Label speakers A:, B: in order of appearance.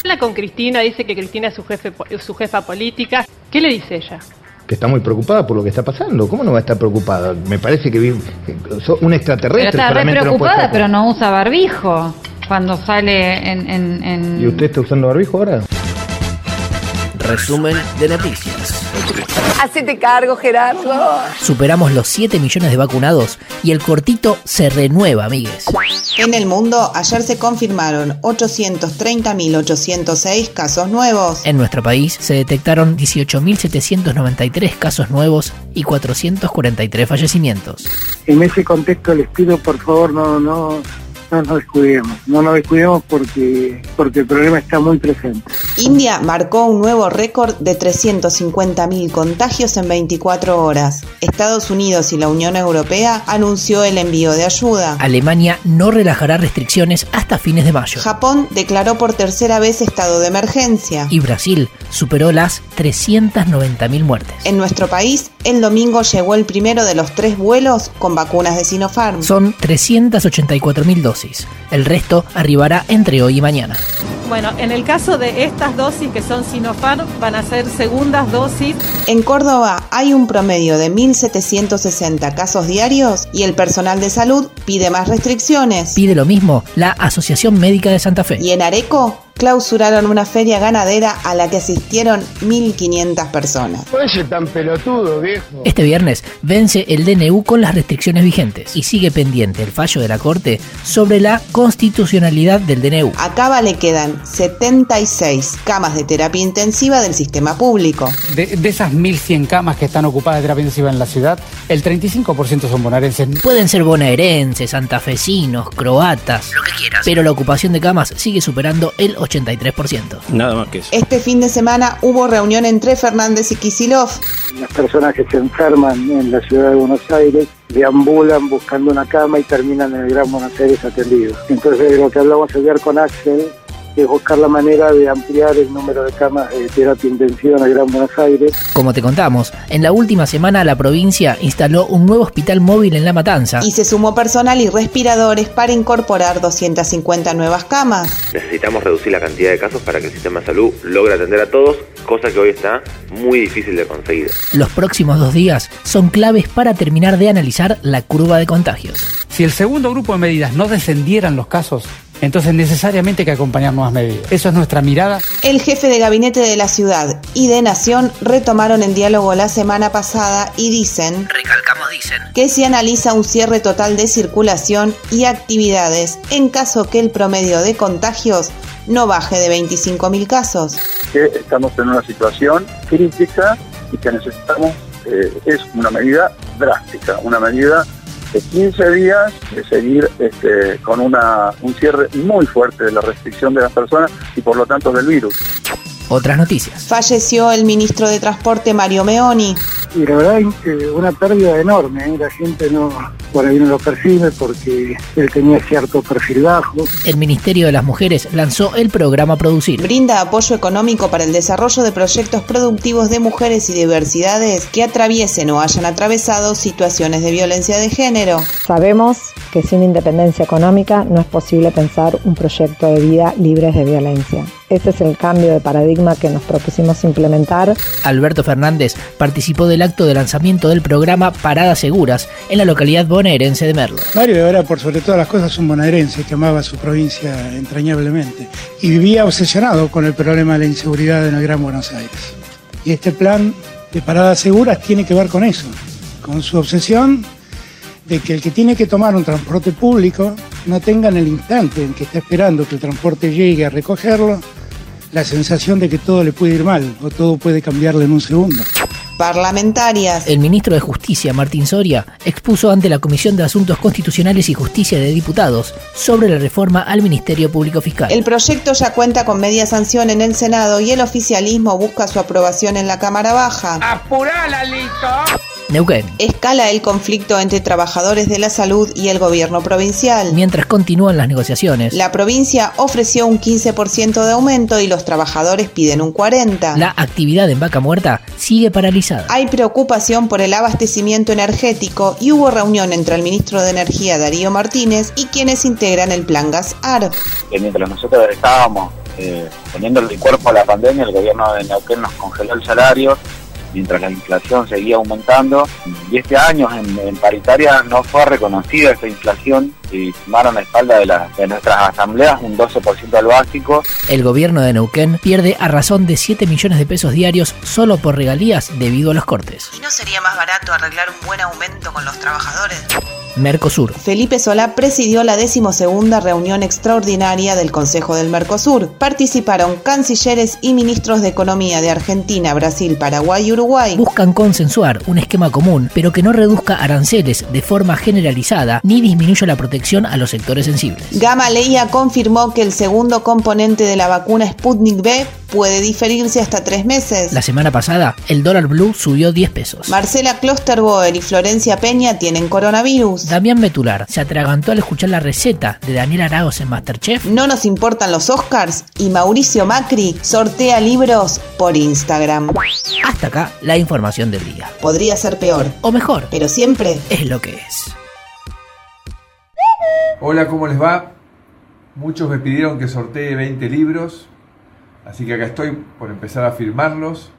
A: Habla con Cristina, dice que Cristina es su, jefe, po- su jefa política. ¿Qué le dice ella?
B: que está muy preocupada por lo que está pasando. ¿Cómo no va a estar preocupada? Me parece que vi- que sos un
C: Pero
B: extraterrestre
C: está re
B: solamente no puede
C: preocupada,
B: estar-
C: pero no usa barbijo cuando sale en... en- en-
B: ¿Y usted está usando barbijo ahora?
D: Resumen de noticias.
E: Hacete cargo, Gerardo.
D: Superamos los 7 millones de vacunados y el cortito se renueva, amigues.
F: En el mundo, ayer se confirmaron 830.806 casos nuevos.
D: En nuestro país se detectaron 18.793 casos nuevos y 443 fallecimientos.
G: en ese contexto les pido por favor no no no nos descuidemos, no nos descuidemos porque porque el problema está muy presente.
F: India marcó un nuevo récord de 350.000 contagios en 24 horas. Estados Unidos y la Unión Europea anunció el envío de ayuda.
D: Alemania no relajará restricciones hasta fines de mayo.
F: Japón declaró por tercera vez estado de emergencia.
D: Y Brasil superó las 390.000 muertes.
F: En nuestro país, el domingo llegó el primero de los tres vuelos con vacunas de Sinopharm.
D: Son 384.000 dosis. El resto arribará entre hoy y mañana.
H: Bueno, en el caso de estas dosis que son Sinopharm, van a ser segundas dosis.
F: En Córdoba hay un promedio de 1.760 casos diarios y el personal de salud pide más restricciones.
D: Pide lo mismo la Asociación Médica de Santa Fe.
F: Y en Areco clausuraron una feria ganadera a la que asistieron 1.500 personas.
B: Oye, tan pelotudo, viejo.
D: Este viernes vence el DNU con las restricciones vigentes y sigue pendiente el fallo de la Corte sobre la constitucionalidad del DNU.
F: A Cava le quedan 76 camas de terapia intensiva del sistema público.
I: De, de esas 1.100 camas que están ocupadas de terapia intensiva en la ciudad, el 35% son bonaerenses.
D: Pueden ser bonaerenses, santafesinos, croatas, lo que quieras. Pero la ocupación de camas sigue superando el 83%.
J: Nada más que eso.
F: Este fin de semana hubo reunión entre Fernández y Kisilov.
G: Las personas que se enferman en la ciudad de Buenos Aires deambulan buscando una cama y terminan en el Gran Buenos Aires atendidos. Entonces lo que hablamos ayer con Axel es buscar la manera de ampliar el número de camas de terapia intensiva en el Gran Buenos Aires.
D: Como te contamos, en la última semana la provincia instaló un nuevo hospital móvil en La Matanza.
F: Y se sumó personal y respiradores para incorporar 250 nuevas camas.
K: Necesitamos reducir la cantidad de casos para que el sistema de salud logre atender a todos, cosa que hoy está muy difícil de conseguir.
D: Los próximos dos días son claves para terminar de analizar la curva de contagios.
I: Si el segundo grupo de medidas no descendieran los casos, entonces necesariamente hay que acompañar nuevas medidas. Eso es nuestra mirada.
F: El jefe de gabinete de la ciudad y de Nación retomaron el diálogo la semana pasada y dicen
D: Recalcamos, dicen.
F: que se analiza un cierre total de circulación y actividades en caso que el promedio de contagios no baje de 25.000 casos.
G: que estamos en una situación crítica y que necesitamos, eh, es una medida drástica, una medida de 15 días de seguir este, con una, un cierre muy fuerte de la restricción de las personas y por lo tanto del virus.
D: Otras noticias.
F: Falleció el ministro de Transporte Mario Meoni.
G: Y la verdad es que una pérdida enorme, ¿eh? la gente no, por ahí no lo percibe porque él tenía cierto perfil bajo.
D: El Ministerio de las Mujeres lanzó el programa Producir.
F: Brinda apoyo económico para el desarrollo de proyectos productivos de mujeres y diversidades que atraviesen o hayan atravesado situaciones de violencia de género.
L: Sabemos que sin independencia económica no es posible pensar un proyecto de vida libres de violencia. Ese es el cambio de paradigma que nos propusimos implementar
D: Alberto Fernández participó del acto de lanzamiento del programa Paradas Seguras en la localidad bonaerense de Merlo.
G: Mario era por sobre todas las cosas un bonaerense que amaba su provincia entrañablemente y vivía obsesionado con el problema de la inseguridad en el Gran Buenos Aires. Y este plan de paradas seguras tiene que ver con eso, con su obsesión de que el que tiene que tomar un transporte público no tenga en el instante en que está esperando que el transporte llegue a recogerlo la sensación de que todo le puede ir mal o todo puede cambiarle en un segundo.
F: Parlamentarias.
D: El ministro de Justicia, Martín Soria, expuso ante la Comisión de Asuntos Constitucionales y Justicia de Diputados sobre la reforma al Ministerio Público Fiscal.
F: El proyecto ya cuenta con media sanción en el Senado y el oficialismo busca su aprobación en la Cámara Baja.
D: Neuquén.
F: Escala el conflicto entre trabajadores de la salud y el gobierno provincial.
D: Mientras continúan las negociaciones,
F: La provincia ofreció un 15% de aumento y los trabajadores piden un 40%.
D: la actividad en Vaca Muerta sigue paralizada.
F: Hay preocupación por el abastecimiento energético y hubo reunión entre el ministro de Energía Darío Martínez y quienes integran el plan GasAR.
G: mientras nosotros estábamos
J: eh, poniéndole el cuerpo a la pandemia, el gobierno de Neuquén nos congeló el salario mientras la inflación seguía aumentando y este año en, en paritaria no fue reconocida esa inflación y tomaron la espalda de, la- de nuestras asambleas un 12% al básico
D: El gobierno de Neuquén pierde a razón de 7 millones de pesos diarios solo por regalías debido a los cortes.
F: ¿Y no sería más barato arreglar un buen aumento con los trabajadores?
D: Mercosur.
F: Felipe Solá presidió la decimosegunda reunión extraordinaria del Consejo del Mercosur. Participaron cancilleres y ministros de Economía de Argentina, Brasil, Paraguay y Uruguay.
D: Buscan consensuar un esquema común, pero que no reduzca aranceles de forma generalizada ni disminuya la protección a los sectores sensibles.
F: Gamaleya confirmó que el segundo componente de la vacuna Sputnik B puede diferirse hasta tres meses.
D: La semana pasada, el dólar blue subió 10 pesos.
F: Marcela Klosterboer y Florencia Peña tienen coronavirus.
D: Damián Betular se atragantó al escuchar la receta de Daniel Araos en Masterchef.
F: No nos importan los Oscars y Mauricio Macri sortea libros por Instagram.
D: Hasta acá la información del día.
F: Podría ser peor.
D: O mejor.
F: Pero siempre
D: es lo que es.
M: Hola, ¿cómo les va? Muchos me pidieron que sortee 20 libros, así que acá estoy por empezar a firmarlos.